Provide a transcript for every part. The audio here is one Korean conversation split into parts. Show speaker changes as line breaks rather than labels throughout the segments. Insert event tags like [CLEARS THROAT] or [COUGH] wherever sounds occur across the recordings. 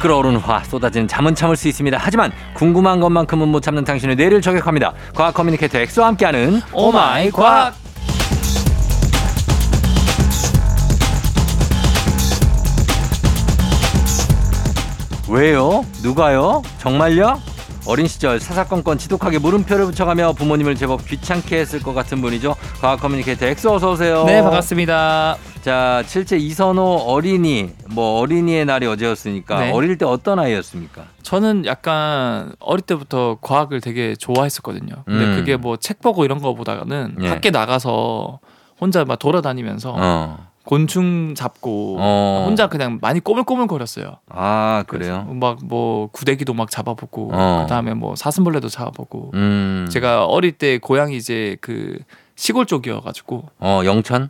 끓어오르는 화 쏟아지는 잠은 참을 수 있습니다. 하지만 궁금한 것만큼은 못 참는 당신의 뇌를 저격합니다. 과학 커뮤니케이터 엑소와 함께하는 오마이 과학. 왜요? 누가요? 정말요? 어린 시절 사사건건 지독하게 물음표를 붙여가며 부모님을 제법 귀찮게 했을 것 같은 분이죠. 과학 커뮤니케이터 엑소 어서 오세요.
네 반갑습니다.
자, 실제 이선호 어린이 뭐 어린이의 날이 어제였으니까
네.
어릴 때 어떤 아이였습니까?
저는 약간 어릴 때부터 과학을 되게 좋아했었거든요. 근데
음.
그게 뭐 책 보고 이런 거보다는
예.
밖에 나가서 혼자 막 돌아다니면서
어.
곤충 잡고
어.
혼자 그냥 많이 꼬물꼬물 거렸어요.
아, 그래요.
막 뭐 구데기도 막 잡아보고
어.
그다음에 뭐 사슴벌레도 잡아보고
음.
제가 어릴 때 고향이 이제 그 시골 쪽이어가지고
어, 영천?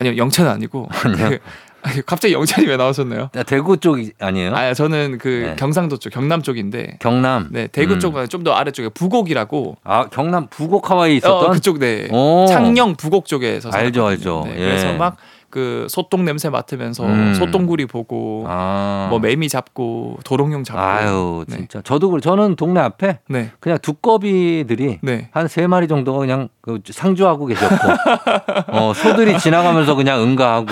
아니요 영천 아니고 그- [LAUGHS] 아니, 갑자기 영천이 왜 나오셨나요?
아, 대구 쪽 이- 아니에요?
아 저는 그
네.
경상도 쪽 경남 쪽인데
경남.
네 대구
음.
쪽은 좀 더 아래쪽에 부곡이라고
아, 경남 부곡 하와이에
어,
있었던
그쪽 네
오.
창녕 부곡 쪽에서
알죠,
살았거든요.
알죠.
네,
예.
그래서 막 그 소똥 냄새 맡으면서
음.
소똥구리 보고
아.
뭐 매미 잡고 도롱뇽 잡고
아유,
네.
진짜. 저도 그 저는 동네 앞에
네.
그냥 두꺼비들이
네.
한 세 마리 정도가 그냥 그 상주하고 계셨고 어, 소들이 지나가면서 그냥 응가하고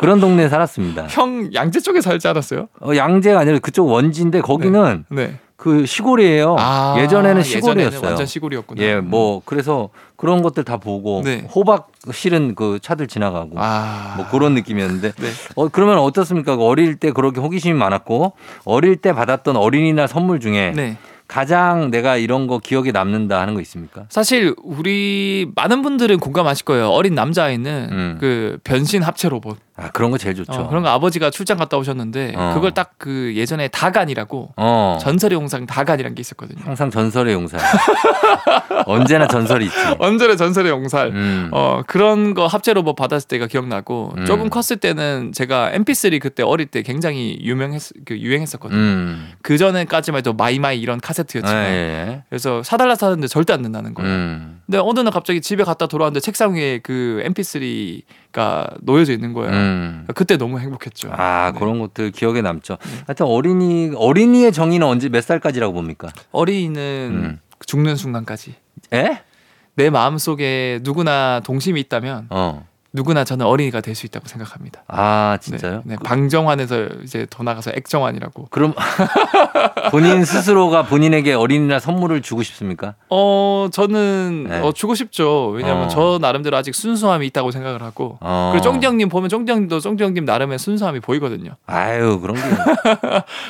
그런 동네에 살았습니다.
형 양재 쪽에 살지 않았어요?
어, 양재가 아니라 그쪽 원지인데 거기는
네.
그 시골이에요.
아,
예전에는
예전에는
시골이었어요.
완전 시골이었구나. 음.
예, 뭐 그래서 그런 것들 다 보고
네.
호박 실은 그 차들 지나가고
아.
뭐 그런 느낌이었는데
네.
어 그러면 어떻습니까? 어릴 때 그렇게 호기심이 많았고 어릴 때 받았던 어린이날 선물 중에
네.
가장 내가 이런 거 기억에 남는다 하는 거 있습니까?
사실 우리 많은 분들은 공감하실 거예요. 어린 남자아이는
음.
그 변신 합체 로봇.
아 그런 거 제일 좋죠.
어, 그런 거 아버지가 출장 갔다 오셨는데
어.
그걸 딱 그 예전에 다간이라고
어. 음.
전설의 용상 다간이란 게 있었거든요.
항상 전설의 용살. [LAUGHS] 언제나 전설이 있지.
언제나 전설의 용살.
음.
어 그런 거 합체 로봇 뭐 받았을 때가 기억나고
음.
조금 컸을 때는 제가 MP3 그때 어릴 때 굉장히 유명했 그 유행했었거든요.
음.
그 전에까지만 해도 마이마이 이런
예,
카세트였지만
예.
그래서 사달라 사는데 절대 안 된다는 거예요.
음.
근데 어느 날 갑자기 집에 갔다 돌아왔는데 책상 위에 그 MP3가 놓여져 있는 거예요. 그러니까
음.
그때 너무 행복했죠.
아
네.
그런 것들 기억에 남죠. 하여튼 어린이 어린이의 정의는 언제 몇 살까지라고 봅니까?
어린이는
음.
죽는 순간까지
에?
내 마음 속에 누구나 동심이 있다면
어.
누구나 저는 어린이가 될 수 있다고 생각합니다.
아
네,
진짜요?
네, 방정환에서 이제 더 나가서 액정환이라고.
그럼 [LAUGHS] 본인 스스로가 본인에게 어린이날 선물을 주고 싶습니까?
어 저는
네.
어, 주고 싶죠. 왜냐하면
어.
저 나름대로 아직 순수함이 있다고 생각을 하고.
어.
그리고 쫑디 형님 보면 쫑디 형님도 쫑디 형님 나름의 순수함이 보이거든요.
아유 그런 게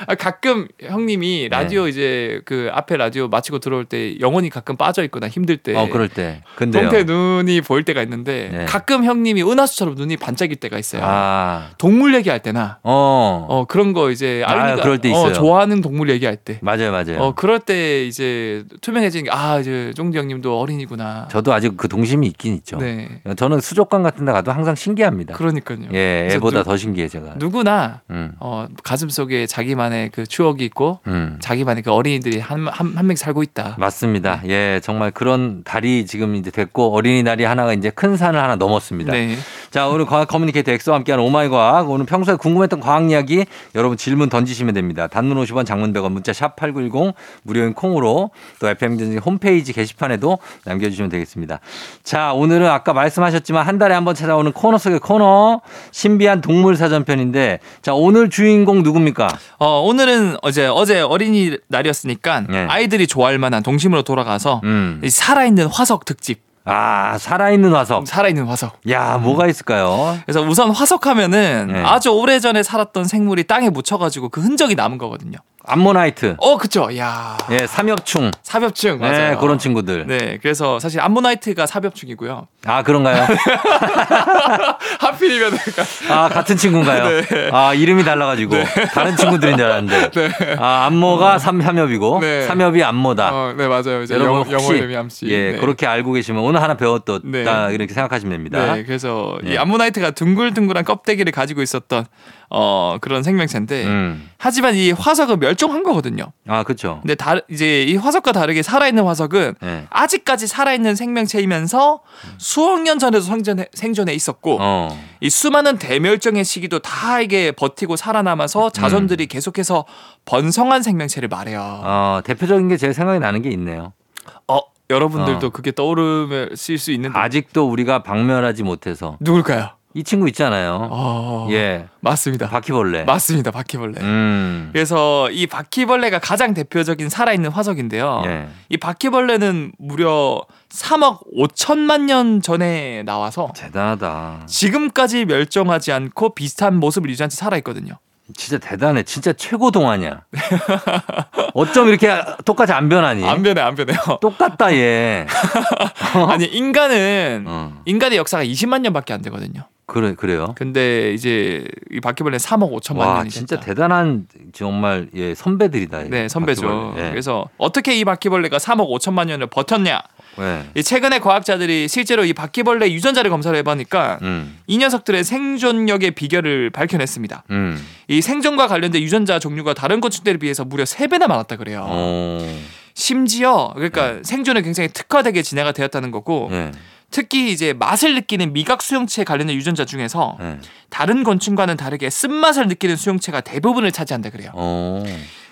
아, 가끔 형님이 라디오 이제 그 앞에 라디오 마치고 들어올 때 영혼이 가끔 빠져 있거나 힘들 때
어 그럴 때. 근데요.
네. 동태 눈이 보일 때가 있는데
네.
가끔 형님이 은하수처럼 눈이 반짝일 때가 있어요.
아.
동물 얘기할 때나
어.
어 그런 거 이제
아,
아이가
그럴 때
어,
있어요.
좋아하는 동물 얘기할 때.
맞아요 맞아요.
어 그럴 때 이제 투명해지는 게 아 이제 쫑디 형님도 어린이구나.
저도 아직 그 동심이 있긴 있죠.
네.
저는 수족관 같은 데 가도 항상 신기합니다.
그러니까요.
예,
그래서
애보다
누-
더 신기해 제가.
누구나
음.
어 가슴 속에 자기만의 그 추억이 있고
음.
자기만의 그 어린이들이 한한한명 살고 있다.
맞습니다. 예, 정말 그런 달이 지금 이제 됐고 어린이날이 하나가 이제 큰 산을 하나 넘었습니다.
네.
자, 오늘 과학 커뮤니케이터 엑소와 함께하는 오마이 과학. 오늘 평소에 궁금했던 과학 이야기 여러분 질문 던지시면 됩니다. 단문 50원, 장문 100원, 문자 샵 8910 무료인 콩으로 또 FM 등 홈페이지 게시판에도 남겨 주시면 되겠습니다. 자, 오늘은 아까 말씀하셨지만 한 달에 한 번 찾아오는 코너 속의 코너 신비한 동물 사전편인데 자, 오늘 주인공 누굽니까?
어, 오늘은 어제 어제 어린이 날이었으니까
네.
아이들이 좋아할 만한 동심으로 돌아가서
음.
이 살아있는 화석 특집.
아, 살아있는 화석.
살아있는 화석.
야, 뭐가 있을까요?
그래서 우선 화석하면은
네.
아주 오래전에 살았던 생물이 땅에 묻혀가지고 그 흔적이 남은 거거든요.
암모나이트.
어, 그쵸. 야
예, 삼엽충.
사벽충 맞아요.
네, 그런 친구들.
네, 그래서 사실 암모나이트가 사벽충이고요.
아, 그런가요?
하필이면
아, 같은
[LAUGHS]
친구인가요?
네.
아, 이름이 달라가지고. 다른 친구들인 줄 알았는데. 아, 안모가 삼삼엽이고,
네.
삼엽이 안모다.
어, 네 맞아요. 이제
여러분
영어,
혹시
영어 이름이 암씨.
예
네.
그렇게 알고 계시면 오늘 하나 배웠다
네.
이렇게 생각하시면 됩니다.
네, 그래서
네.
이 암모나이트가 둥글둥글한 껍데기를 가지고 있었던 어 그런 생명체인데
음.
하지만 이 화석은 멸종한 거거든요.
아, 그렇죠.
근데 다 이제 이 화석과 다르게 살아있는 화석은
네.
아직까지 살아있는 생명체이면서 수억 년 전에도 생존해, 생존해 있었고
어.
이 수많은 대멸종의 시기도 다 이게 버티고
음.
살아남아서 자손들이 계속해서 번성한 생명체를 말해요.
어, 대표적인 게 제일 생각이 나는 게 있네요.
어 여러분들도
아. 어.
그게 떠오르실 수 있는데
아직도 우리가 박멸하지 못해서
누굴까요?
이 친구 있잖아요.
어,
예.
맞습니다.
바퀴벌레.
맞습니다. 바퀴벌레.
음.
그래서 이 바퀴벌레가 가장 대표적인 살아있는 화석인데요.
예.
이 바퀴벌레는 무려 3억 5천만 년 전에 나와서
대단하다.
지금까지 멸종하지 않고 비슷한 모습을 유지한 채 살아있거든요.
진짜 대단해. 진짜 최고
[LAUGHS]
동안이야. 어쩜 이렇게 똑같이 안 변하니?
안 변해, 안
[LAUGHS]
변해요.
어? 똑같다 얘.
아니, 인간은,
[LAUGHS] 어.
인간의 역사가 20만 년밖에 안 되거든요.
그래 그래요.
근데 이제 이 바퀴벌레는 3억 5천만
와
년이
진짜
됐다.
대단한 정말 예 선배들이다. 얘.
네, 선배죠.
바퀴벌레. 예.
그래서 어떻게 이 바퀴벌레가 3억 5천만 년을 버텼냐?
예.
이 최근에 과학자들이 실제로 이 바퀴벌레 유전자를 검사를 해보니까
음.
이 녀석들의 생존력의 비결을 밝혀냈습니다.
음.
이 생존과 관련된 유전자 종류가 다른 곤충들에 비해서 무려 세배나 많았다 그래요.
어.
심지어 그러니까 생존에 굉장히 특화되게 진화가 되었다는 거고
예.
특히 이제 맛을 느끼는 미각 수용체에 관련된 유전자 중에서
예.
다른 곤충과는 다르게 쓴맛을 느끼는 수용체가 대부분을 차지한다 그래요.
어.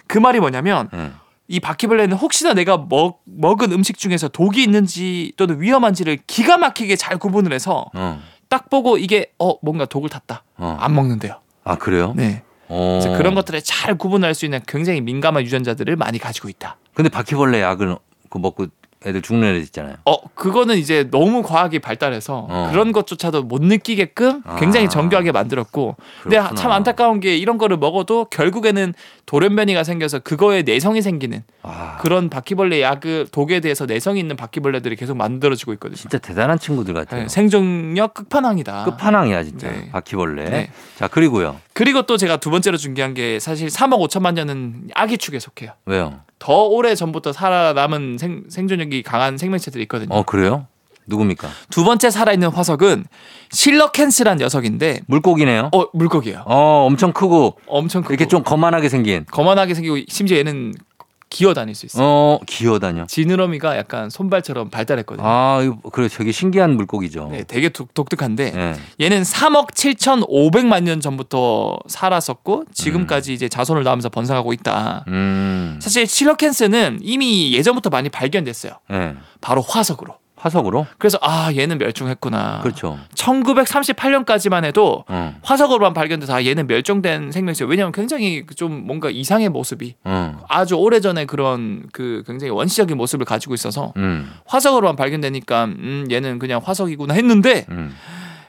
그 말이 뭐냐면
예.
이 바퀴벌레는 혹시나 내가 먹, 먹은 음식 중에서 독이 있는지 또는 위험한지를 기가 막히게 잘 구분을 해서
어.
딱 보고 이게 어 뭔가 독을 탔다
어.
안 먹는데요.
아 그래요?
네.
어.
그래서 그런 것들을 잘 구분할 수 있는 굉장히 민감한 유전자들을 많이 가지고 있다.
근데 바퀴벌레 약을 그 먹고 애들 죽는 애들 있잖아요.
어, 그거는 이제 너무 과학이 발달해서
어.
그런 것조차도 못 느끼게끔 굉장히
아.
정교하게 만들었고.
그렇구나.
근데 네, 아, 참 안타까운 게 이런 거를 먹어도 결국에는 돌연변이가 생겨서 그거에 내성이 생기는
아,
그런 바퀴벌레 약을 독에 대해서 내성이 있는 바퀴벌레들이 계속 만들어지고 있거든요.
진짜 대단한 친구들 같아요.
네, 생존력 끝판왕이다.
끝판왕이야 진짜
네.
바퀴벌레.
네.
자 그리고요
그리고 또 제가 두 번째로 중요한 게 사실 3억 5천만 년은 아기 축에 속해요.
왜요?
더 오래 전부터 살아남은 생, 생존력이 강한 생명체들이 있거든요.
어 그래요? 누굽니까?
두 번째 살아있는 화석은 실러캔스란 녀석인데
물고기네요.
어 물고기예요.
어 엄청 크고
엄청 크고
이렇게 좀 거만하게 생긴.
거만하게 생기고 심지어 얘는 기어 다닐 수 있어요.
어 기어다녀.
지느러미가 약간 손발처럼 발달했거든요.
아 이거 그래 저게 신기한 물고기죠.
네, 되게 독, 특한데
예.
얘는 3억 7,500만 년 전부터 살았었고 지금까지 이제 자손을 낳으면서 번성하고 있다.
음.
사실 실러캔스는 이미 예전부터 많이 발견됐어요.
예.
바로 화석으로.
화석으로?
그래서 아 얘는 멸종했구나.
그렇죠.
1938년까지만 해도
어.
화석으로만 발견돼서 아, 얘는 멸종된 생명체 왜냐하면 굉장히 그 좀 뭔가 이상의 모습이
어.
아주 오래전에 그런 그 굉장히 원시적인 모습을 가지고 있어서
음.
화석으로만 발견되니까 음 얘는 그냥 화석이구나 했는데
음.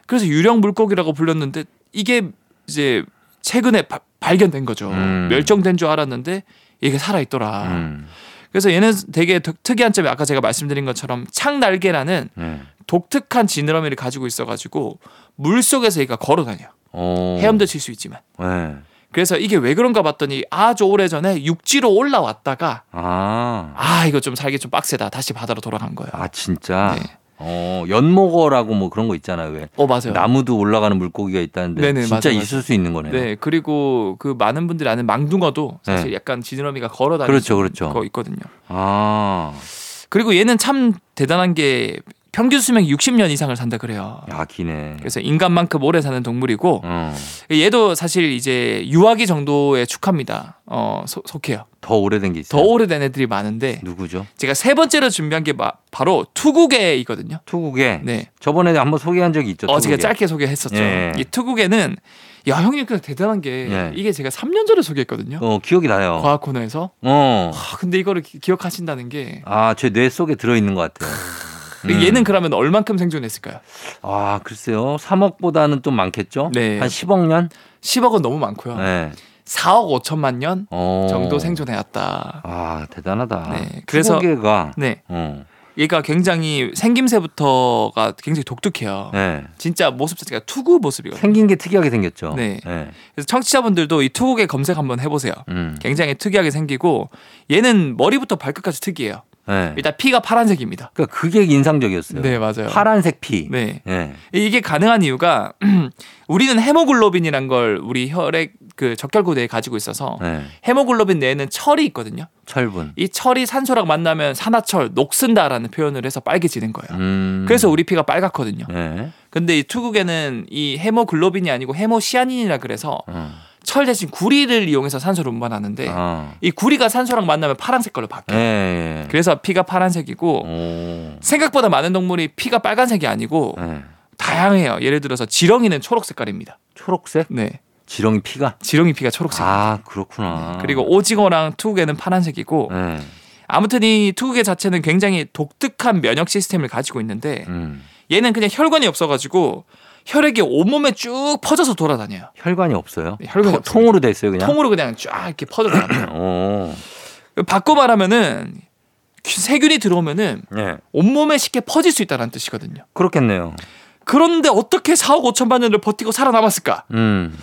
그래서 유령 물고기라고 불렸는데 이게 이제 최근에 바- 발견된 거죠
음.
멸종된 줄 알았는데 얘가 살아있더라
음.
그래서 얘는 되게 독- 특이한 점이 아까 제가 말씀드린 것처럼 창날개라는
예.
독특한 지느러미를 가지고 있어가지고 물 속에서 얘가 걸어다녀
어.
헤엄도 칠 수 있지만
예.
그래서 이게 왜 그런가 봤더니 아주 오래 전에 육지로 올라왔다가
아.
아 이거 좀 살기 좀 빡세다 다시 바다로 돌아간 거예요.
아 진짜.
네.
어 연목어라고 뭐 그런 거 있잖아요. 왜
어 맞아요.
나무도 올라가는 물고기가 있다는데
네네,
진짜
맞아, 맞아.
있을 수 있는 거네요.
네 그리고 그 많은 분들이 아는 망둥어도 사실 약간 지느러미가 걸어다니는
네. 그렇죠, 그렇죠.
거 있거든요.
아,
그리고 얘는 참 대단한 게 평균 수명이 60년 이상을 산다 그래요.
야 기네.
그래서 인간만큼 오래 사는 동물이고
어,
얘도 사실 이제 유아기 정도에 축합니다. 어 소- 속해요.
더 오래된 게
더
있어요.
오래된 애들이 많은데
누구죠?
제가 세 번째로 준비한 게 마- 바로 투구개이거든요.
투국에
네.
저번에 한번 소개한 적이 있죠.
어, 제가
투국에.
짧게 소개했었죠.
예.
이 투국에는 야 형님 그냥 대단한 게
예.
이게 제가 3년 전에 소개했거든요.
어 기억이 나요.
과학 코너에서.
어,
아, 근데 이거를 기- 기억하신다는 게
아 제 뇌 속에 들어 있는 것 같아요. 음.
얘는 그러면 얼만큼 생존했을까요?
아 글쎄요, 3억보다는 좀 많겠죠?
네.
한 10억 년?
10억은 너무 많고요.
네.
4억 5천만 년
어.
정도 생존해왔다.
아 대단하다.
네, 그래서-
투국에가
네.
어,
얘가 굉장히 생김새부터가 굉장히 독특해요.
네.
진짜 모습 자체가 투구 모습이거든요.
생긴 게 특이하게 생겼죠.
네. 그래서 청취자분들도 이 투국의 검색 한번 해보세요.
음.
굉장히 특이하게 생기고 얘는 머리부터 발끝까지 특이해요.
네.
일단 피가 파란색입니다.
그러니까 그게 인상적이었어요.
네, 맞아요.
파란색 피.
네.
예.
이게 가능한 이유가 [CLEARS THROAT] 우리는 헤모글로빈이란 걸 우리 혈액 그 적혈구내에 가지고 있어서
예.
헤모글로빈 내에는 철이 있거든요.
철분.
이 철이 산소랑 만나면 산화철 녹슨다라는 표현을 해서 빨개지는 거예요.
음.
어. 그래서 우리 피가 빨갛거든요.
예.
근데 이 투극에는 이 헤모글로빈이 아니고 헤모시아닌이라 그래서
어.
철 대신 구리를 이용해서 산소를 운반하는데
어.
이 구리가 산소랑 만나면 파란 색깔로
예.
바뀌어요.
예.
그래서 피가 파란색이고
어. 오.
생각보다 많은 동물이 피가 빨간색이 아니고
예.
다양해요. 예를 들어서 지렁이는 초록 색깔입니다.
초록색?
네.
지렁이 피가?
지렁이 피가 초록색. 네,
아, 그렇구나.
그리고 오징어랑 투구에는 파란색이고
예.
아무튼 이 투구개 자체는 굉장히 독특한 면역 시스템을 가지고 있는데
음.
얘는 그냥 혈관이 없어가지고 혈액이 온몸에 쭉 퍼져서 돌아다녀요.
혈관이 없어요.
네, 혈관이
통-
없어요.
통으로 돼 있어요, 그냥. 어,
통으로 그냥 쫙 이렇게 퍼져나가요.
오.
바꿔 말하면은 세균이 들어오면은
예.
온몸에 쉽게 퍼질 수 있다는 뜻이거든요.
그렇겠네요. 그런데
근데 어떻게 4억 5천만 년을 버티고 살아남았을까?
음.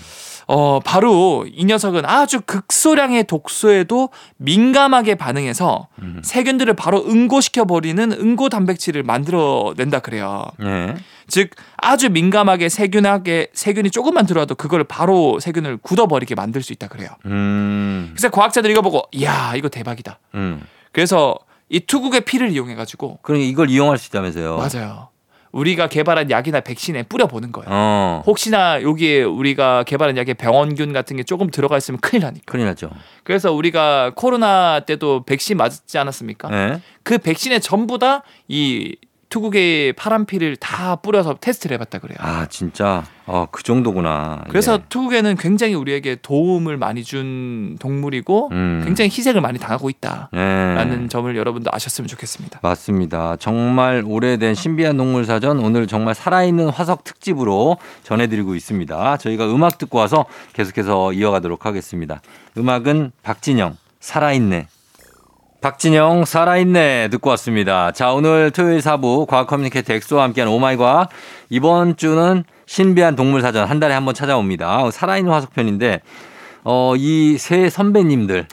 어, 바로 이 녀석은 아주 극소량의 독소에도 민감하게 반응해서
음.
세균들을 바로 응고시켜 버리는 응고 단백질을 만들어 낸다 그래요.
예.
즉 아주 민감하게 세균하게 세균이 조금만 들어와도 그걸 바로 세균을 굳어 버리게 만들 수 있다 그래요.
음.
그래서 과학자들이 이거 보고 이야, 이거 대박이다.
음.
그래서 이 투국의 피를 이용해 가지고
그러니까 이걸 이용할 수 있다면서요.
맞아요. 우리가 개발한 약이나 백신에 뿌려 보는 거예요.
어.
혹시나 여기에 우리가 개발한 약에 병원균 같은 게 조금 들어가 있으면 큰일 나니까.
큰일 났죠.
그래서 우리가 코로나 때도 백신 맞지 않았습니까?
예.
그 백신에 전부 다 이 투구의 파란 피를 다 뿌려서 테스트를 해봤다 그래요.
아, 진짜. 어, 그 정도구나.
그래서
예.
투구에는 굉장히 우리에게 도움을 많이 준 동물이고
음.
굉장히 희생을 많이 당하고
예.
있다라는 점을 여러분도 아셨으면 좋겠습니다.
맞습니다. 정말 오래된 신비한 동물 사전 오늘 정말 살아있는 화석 특집으로 전해드리고 있습니다. 저희가 음악 듣고 와서 계속해서 이어가도록 하겠습니다. 음악은 박진영 살아있네. 박진영 살아있네 듣고 왔습니다. 자 오늘 토요일 사부 과학 커뮤니케이터 엑소와 함께한 오마이과학 이번 주는 신비한 동물 사전 한 달에 한 번 찾아옵니다. 살아있는 화석편인데 어, 이 세
[LAUGHS]
선배님들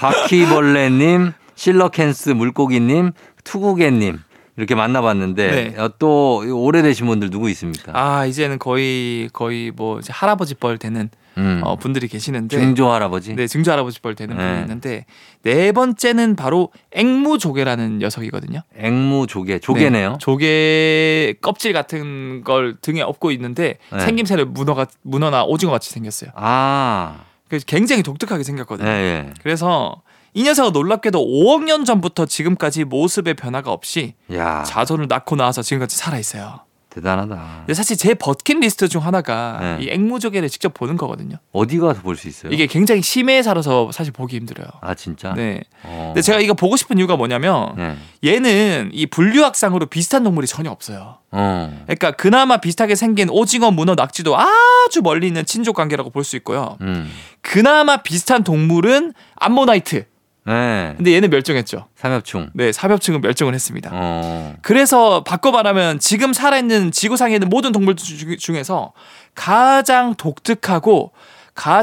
바퀴벌레님, 실러캔스 물고기님, 투구개님 이렇게 만나봤는데
네.
어, 또 오래되신 분들 누구 있습니까?
아 이제는 거의 거의 뭐 이제 할아버지 뻘 되는
음,
어, 분들이 계시는데
중조 할아버지.
네, 증조 할아버지 뻘 되는
네.
분이 있는데 네 번째는 바로 앵무조개라는 녀석이거든요.
앵무 조개, 조개네요.
네, 조개 껍질 같은 걸 등에 업고 있는데
네.
생김새를 문어가 문어나 오징어 같이 생겼어요.
아,
그래서 굉장히 독특하게
예,
생겼거든요.
예.
그래서 이 녀석은 놀랍게도 5억 년 전부터 지금까지 모습의 변화가 없이
예. 야,
자손을 낳고 나와서 지금까지 살아 있어요.
대단하다.
근데 사실 제 버킷리스트 중 하나가
네.
이 앵무조개를 직접 보는 거거든요.
어디 가서 볼 수 있어요?
이게 굉장히 심해에 살아서 사실 보기 힘들어요.
아 진짜?
네.
어.
근데 제가 이거 보고 싶은 이유가 뭐냐면
네.
얘는 이 분류학상으로 비슷한 동물이 전혀 없어요.
어.
그러니까 그나마 비슷하게 생긴 오징어, 문어, 낙지도 아주 멀리 있는 친족 관계라고 볼 수 있고요.
음.
그나마 비슷한 동물은 암모나이트.
네.
근데 얘는 멸종했죠.
삼엽충.
네, 사협층은 멸종을 했습니다.
어.
그래서 바꿔 말하면 지금 살아있는 지구상에 있는 모든 동물 주- 중에서 가장 독특하고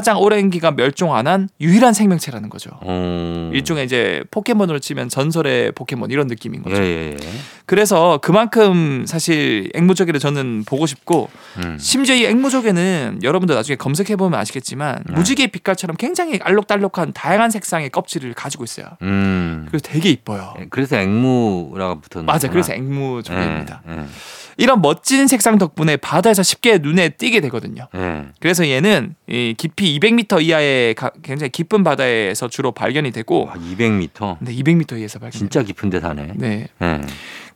가장 오랜 기간 멸종 안 한 유일한 생명체라는 거죠.
어.
일종의 이제 포켓몬으로 치면 전설의 포켓몬 이런 느낌인
예,
거죠.
예, 예.
그래서 그만큼 사실 앵무조개를 저는 보고 싶고
음.
심지어 이 앵무조개는 여러분도 나중에 검색해 보면 아시겠지만
네.
무지개 빛깔처럼 굉장히 알록달록한 다양한 색상의 껍질을 가지고 있어요.
음.
그래서 되게 이뻐요.
예, 그래서 앵무라고 붙었나?
맞아, 그래서 앵무조개입니다.
예,
이런 멋진 색상 덕분에 바다에서 쉽게 눈에 띄게 되거든요.
예, 예.
그래서 얘는 이 깊이 200m 이하의 가- 굉장히 깊은 바다에서 주로 발견이 되고,
와, 200m.
근데 200m 이하에서 발견.
진짜 깊은데 사네.
네,
예.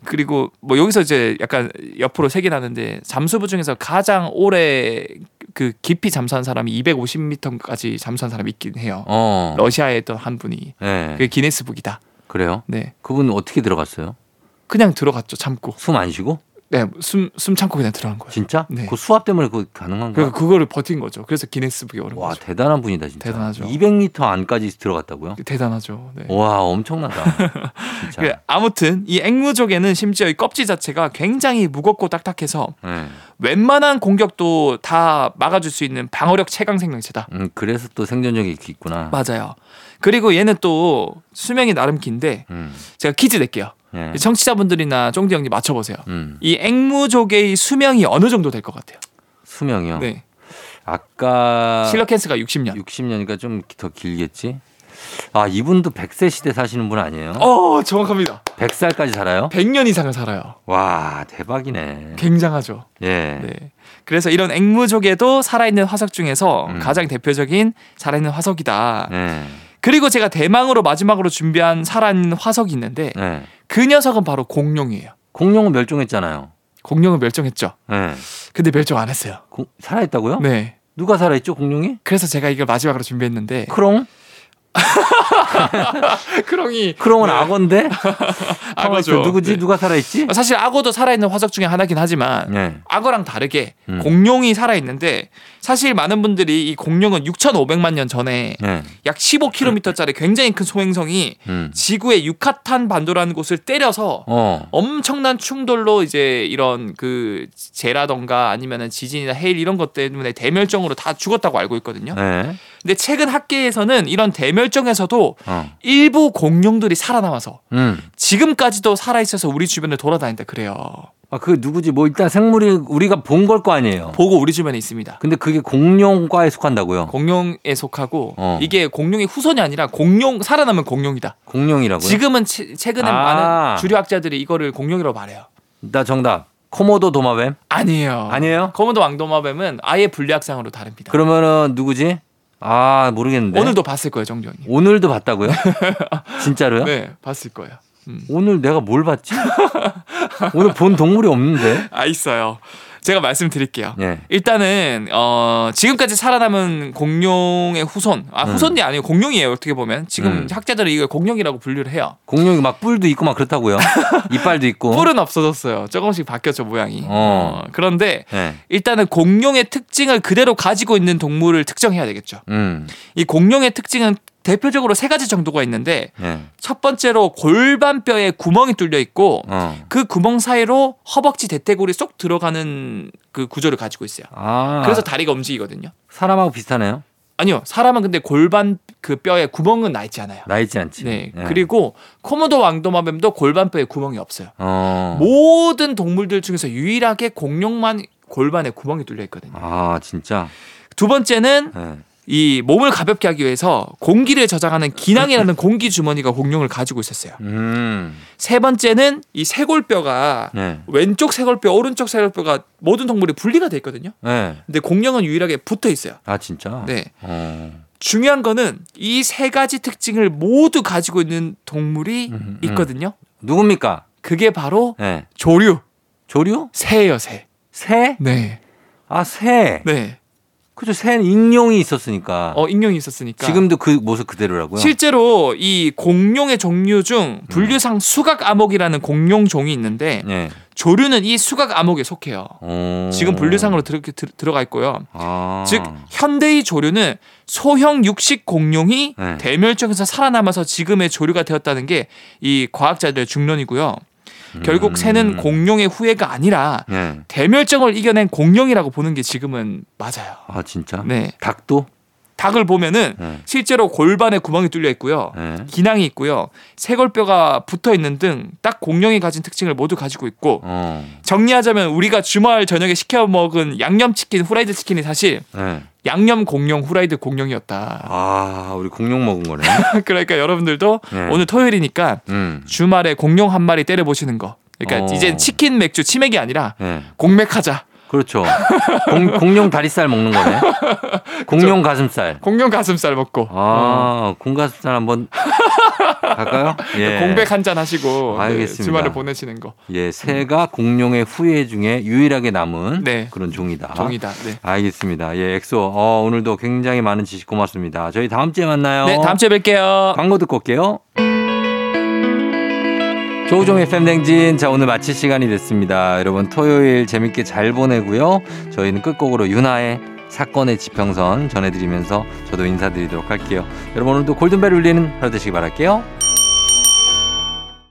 그리고 뭐 여기서 이제 약간 옆으로 색이 나는데 잠수부 중에서 가장 오래 그 깊이 잠수한 사람이 250m까지 잠수한 사람이 있긴 해요.
어.
러시아에 있던 한 분이
예.
그게 기네스북이다.
그래요?
네,
그분 어떻게 들어갔어요?
그냥 들어갔죠 참고.
숨 안 쉬고?
네, 숨, 숨 참고 그냥 들어간 거예요.
진짜?
네.
그 수압 때문에 그거 가능한 거야?
그러니까 그거를 버틴 거죠. 그래서 기네스북에 오른
음. 와
거죠.
대단한 분이다 진짜.
대단하죠.
200m 안까지 들어갔다고요?
대단하죠. 네.
와
[LAUGHS]
엄청나다. 진짜.
그 아무튼 이 앵무족에는 심지어 이 껍질 자체가 굉장히 무겁고 딱딱해서
네.
웬만한 공격도 다 막아줄 수 있는 방어력 최강 생명체다.
음, 그래서 또 생존력이 이렇게 있구나.
맞아요. 그리고 얘는 또 수명이 나름 긴데
음,
제가 퀴즈 낼게요.
네.
이 청취자분들이나 쫑디 형님 맞춰보세요.
음,
이 앵무족의 수명이 어느 정도 될 것 같아요?
수명이요.
네,
어. 아까
실러켄스가 60년.
60년이니까 좀 더 길겠지. 아 이분도 100세 시대 사시는 분 아니에요?
어, 정확합니다.
100살까지 살아요?
100년 이상을 살아요.
와 대박이네.
굉장하죠.
예.
네. 그래서 이런 앵무족에도 살아있는 화석 중에서
음.
가장 대표적인 살아있는 화석이다.
네.
그리고 제가 대망으로 마지막으로 준비한 살아있는 화석이 있는데
네.
그 녀석은 바로 공룡이에요.
공룡은 멸종했잖아요.
공룡은 멸종했죠.
예.
근데 멸종 안 했어요.
공- 살아있다고요?
네.
누가 살아있죠 공룡이?
그래서 제가 이걸 마지막으로 [LAUGHS] 준비했는데
크롱?
크롱이
크롱은 악어인데?
네. [LAUGHS] 악어죠.
어, 누구지?
네. 아,
누가 살아있지?
사실 악어도 살아있는 화석 중에 하나긴 하지만
네.
악어랑 다르게
음.
공룡이 살아있는데 사실 많은 분들이 이 공룡은 6,500만 년 전에
네.
약 15km짜리 굉장히 큰 소행성이
음.
지구의 유카탄 반도라는 곳을 때려서
어.
엄청난 충돌로 이제 이런 그 재라던가 아니면은 지진이나 해일 이런 것 때문에 대멸종으로 다 죽었다고 알고 있거든요.
네.
근데 최근 학계에서는 이런 대멸종에서도
어.
일부 공룡들이 살아남아서
음.
지금까지도 살아있어서 우리 주변을 돌아다닌다 그래요.
아, 그 누구지? 뭐 일단 생물이 우리가 본 걸 거 아니에요.
보고 우리 주변에 있습니다.
근데 그게 공룡과에 속한다고요?
공룡에 속하고
어.
이게 공룡의 후손이 아니라 공룡 살아남은 공룡이다.
공룡이라고요?
지금은 채- 최근에
아.
많은 주류 학자들이 이거를 공룡이라고 말해요.
나 정답. 코모도 도마뱀?
아니에요.
아니에요?
거모도 왕도마뱀은 아예 분리학상으로 다릅니다.
그러면은 누구지? 아, 모르겠는데.
오늘도 봤을 거예요, 정형님
오늘도
[LAUGHS]
봤다고요? 진짜로요?
네, 봤을 거예요. 음.
오늘 내가 뭘 봤지? 오늘 본 동물이 없는데.
아 있어요. 제가 말씀드릴게요.
예.
일단은 어, 지금까지 살아남은 공룡의 후손, 아
음.
후손이 아니에요, 공룡이에요. 어떻게 보면 지금
음.
학자들은 이걸 공룡이라고 분류를 해요.
공룡이 막 뿔도 있고 막 그렇다고요. 이빨도 있고.
뿔은 없어졌어요. 조금씩 바뀌었죠 모양이.
어.
어, 그런데
예.
일단은 공룡의 특징을 그대로 가지고 있는 동물을 특정해야 되겠죠.
음.
이 공룡의 특징은 대표적으로 세 가지 정도가 있는데
예.
첫 번째로 골반뼈에 구멍이 뚫려 있고
어.
그 구멍 사이로 허벅지 대퇴골이 쏙 들어가는 그 구조를 가지고 있어요.
아.
그래서 다리가 움직이거든요.
사람하고 비슷하네요.
아니요, 사람은 근데 골반 그 뼈에 구멍은 나 있지 않아요.
나 있진 않지.
네.
예.
그리고 코모도 왕도마뱀도 골반뼈에 구멍이 없어요.
어.
모든 동물들 중에서 유일하게 공룡만 골반에 구멍이 뚫려 있거든요.
아 진짜.
두 번째는
예.
이 몸을 가볍게 하기 위해서 공기를 저장하는
[LAUGHS]
기낭이라는 공기 주머니가 공룡을 가지고 있었어요.
음.
세 번째는 이 쇄골뼈가
네.
왼쪽 쇄골뼈, 오른쪽 쇄골뼈가 모든 동물이 분리가 돼 있거든요.
예.
근데 공룡은 유일하게 붙어 있어요.
아 진짜.
네.
어.
중요한 거는 이 세 가지 특징을 모두 가지고 있는 동물이
음, 음.
있거든요.
누굽니까?
그게 바로
예.
조류,
조류?
새예요, 새.
새?
네.
아 새.
네.
그죠. 새는 익룡이 있었으니까.
어, 익룡이 있었으니까.
지금도 그 모습 그대로라고요.
실제로 이 공룡의 종류
음.
중 분류상 수각 암흑이라는 공룡 종이 있는데
예.
조류는 이 수각 암흑에 속해요.
어.
지금 분류상으로 들, 들, 들어가 있고요.
아.
즉 현대의 조류는 소형 육식 공룡이
네.
대멸종에서 살아남아서 지금의 조류가 되었다는 게 이 과학자들의 중론이고요. 결국
음.
새는 공룡의 후예가 아니라
예.
대멸종을 이겨낸 공룡이라고 보는 게 지금은 맞아요.
아 진짜.
네.
닭도.
닭을 보면은
예.
실제로 골반에 구멍이 뚫려 있고요.
예.
기낭이 있고요. 쇄골뼈가 붙어 있는 등 딱 공룡이 가진 특징을 모두 가지고 있고
어.
정리하자면 우리가 주말 저녁에 시켜 먹은 양념치킨, 후라이드 치킨이 사실
예.
양념 공룡, 후라이드 공룡이었다. [LAUGHS]
아 우리 공룡 먹은 거네.
그러니까 여러분들도
예.
오늘 토요일이니까
음.
주말에 공룡 한 마리 때려 보시는 거. 그러니까
어.
이젠 치킨 맥주 치맥이 아니라
예.
공맥하자.
그렇죠. 공, 공룡 다리살 먹는
[LAUGHS]
거네. 공룡 가슴살.
공룡 가슴살 먹고
아, 공가슴살 [LAUGHS] 한번 갈까요? 예.
공백 한 잔 하시고 네,
알겠습니다.
주말에 보내시는 거.
예, 새가 공룡의 후예 중에 유일하게 남은
네.
그런 종이다.
종이다. 네.
알겠습니다. 예, 엑소. 어, 오늘도 굉장히 많은 지식 고맙습니다. 저희 어. 네, 다음 주에 만나요.
네, 다음 주에 뵐게요.
광고 듣고 올게요. 조우종 FM 댕진 자 오늘 마칠 시간이 됐습니다. 여러분 토요일 재밌게 잘 보내고요. 저희는 끝곡으로 윤하의 사건의 지평선 전해드리면서 저도 인사드리도록 할게요. 여러분 오늘도 골든벨 울리는 하루 되시기 바랄게요.